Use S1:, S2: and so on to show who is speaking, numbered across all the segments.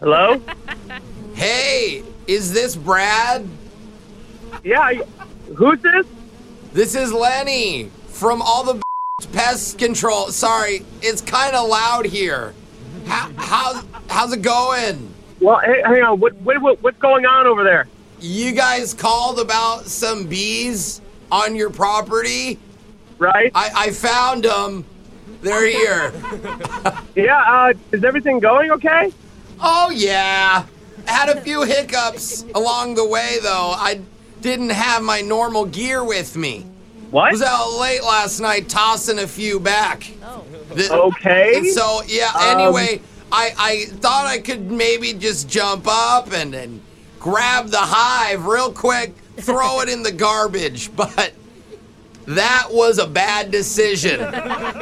S1: Hello?
S2: Hey, is this Brad?
S1: Yeah, I- who's this?
S2: This is Lenny from all the pest control. Sorry, it's kind of loud here. How, how's, how's it going?
S1: Well, hey, hang on. What, what, what, what's going on over there?
S2: You guys called about some bees on your property?
S1: Right?
S2: I, I found them. They're here.
S1: yeah, uh, is everything going okay?
S2: Oh, yeah. Had a few hiccups along the way, though. I didn't have my normal gear with me.
S1: What?
S2: was out late last night tossing a few back.
S3: Oh.
S2: Th-
S1: Okay.
S2: And so yeah.
S1: Um,
S2: Anyway, I I thought I could maybe just jump up and and grab the hive real quick, throw it in the garbage, but that was a bad decision.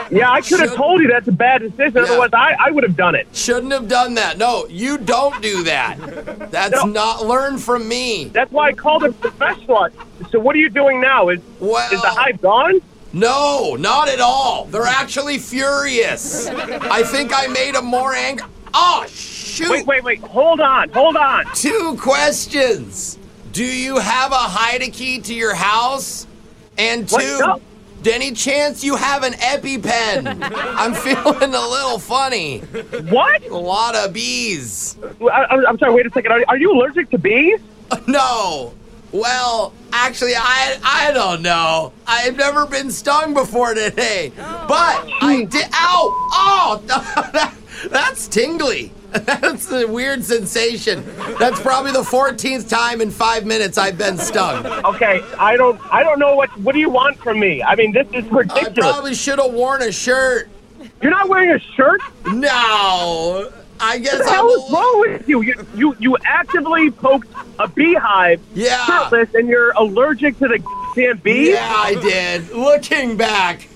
S1: yeah, I could have
S2: should-
S1: told you that's a bad decision. Otherwise, I, I would have done it.
S2: Shouldn't have done that. No, you don't do that. That's
S1: No.
S2: not learn from me.
S1: That's why I called a professional. So what are you doing now? Is,
S2: Well,
S1: is the hive gone?
S2: No, not at all. They're actually furious. I think I made them more angry. Oh shoot!
S1: Wait, wait, wait. Hold on. Hold on.
S2: Two questions. Do you have a Heide key to your house? And two,
S1: What? No.
S2: d- any chance you have an EpiPen? I'm feeling a little funny.
S1: What?
S2: A lot of bees.
S1: I, I'm I'm sorry. Wait a second. Are, are you allergic to bees?
S2: No. Well, actually, I I don't know. I've never been stung before today, but I did. Ow! Oh, that, that's tingly. That's a weird sensation. That's probably the 14th time in five minutes I've been stung.
S1: Okay. I don't. I don't know what. What do you want from me? I mean, this is
S2: I
S1: ridiculous.
S2: probably should have worn a shirt.
S1: You're not wearing a shirt.
S2: No, I guess
S1: What the
S2: I'm.
S1: hell is
S2: a-
S1: wrong with you? You you you actively poked a beehive
S2: Yeah.
S1: shirtless, and you're allergic to the damn bees.
S2: Yeah, I did. Looking back,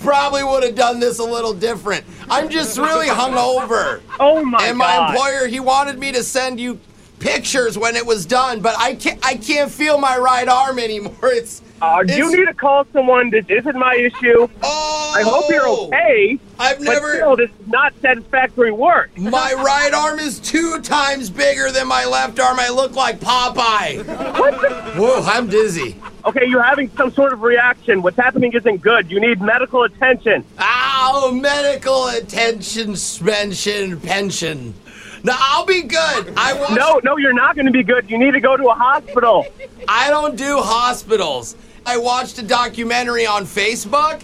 S2: probably would have done this a little different. I'm just really hungover.
S1: Oh my
S2: and my
S1: god.
S2: employer, he wanted me to send you pictures when it was done, but I can't. I can't feel my right arm anymore. It's.
S1: Uh,
S2: it's-
S1: you need to call someone. This isn't my issue.
S2: Oh,
S1: I hope you're okay.
S2: I've never.
S1: But still, this is not satisfactory work.
S2: My right arm is two times bigger than my left arm. I look like Popeye. Whoa, I'm dizzy.
S1: Okay, you're having some sort of reaction. What's happening isn't good. You need medical attention.
S2: Ow, medical attention, suspension, pension. No, I'll be good. I watched,
S1: No, no, you're not going to be good. You need to go to a hospital.
S2: I don't do hospitals. I watched a documentary on Facebook.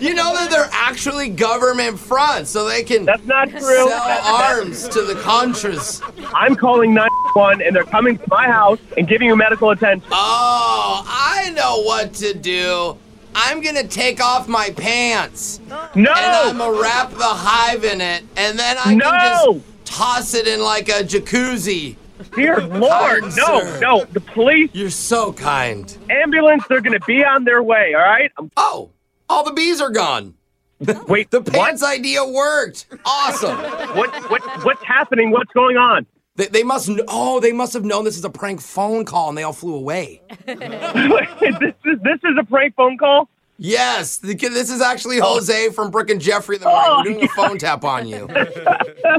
S2: You know that they're actually government fronts, so they can
S1: That's not true.
S2: sell
S1: That- that-
S2: arms to the Contras.
S1: I'm calling 911, and they're coming to my house and giving you medical attention.
S2: Oh, I know what to do. I'm gonna take off my pants.
S1: No,
S2: and I'm gonna wrap the hive in it, and then I
S1: No!
S2: can just toss it in like a jacuzzi.
S1: dear Lord,
S2: Kind
S1: no,
S2: sir.
S1: no. The police,
S2: You're so kind.
S1: ambulance, they're going to be on their way. All right. I'm,
S2: Oh, all the bees are gone.
S1: wait,
S2: The
S1: what?
S2: pants idea worked. Awesome.
S1: What? What? What's happening? What's going on?
S2: they, they must. kn- Oh, they must have known this is a prank phone call, and they all flew away.
S1: this is this is a prank phone call.
S2: Yes, the kid- this is actually
S1: Oh.
S2: Jose from Brick and Jeffrey. The morning. We're doing a phone tap on you.
S1: I,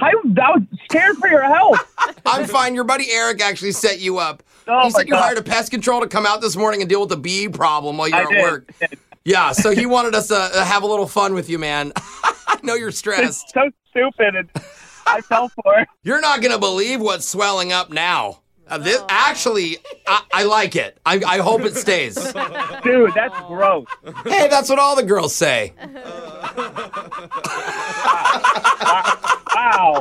S1: I was scared for your health.
S2: I'm fine. Your buddy Eric actually set you up.
S1: Oh,
S2: he
S1: my
S2: said you
S1: God.
S2: hired a pest control to come out this morning and deal with the bee problem while you're
S1: I
S2: at
S1: did.
S2: work. Yeah, so he wanted us to uh, have a little fun with you, man. I know you're
S1: It's
S2: stressed.
S1: so stupid. And I fell for it.
S2: You're not going to believe what's swelling up now. Uh, this actually, I, I like it. I, I hope it stays. hey,
S1: Dude, that's gross.
S2: that's what all the girls say.
S1: Wow.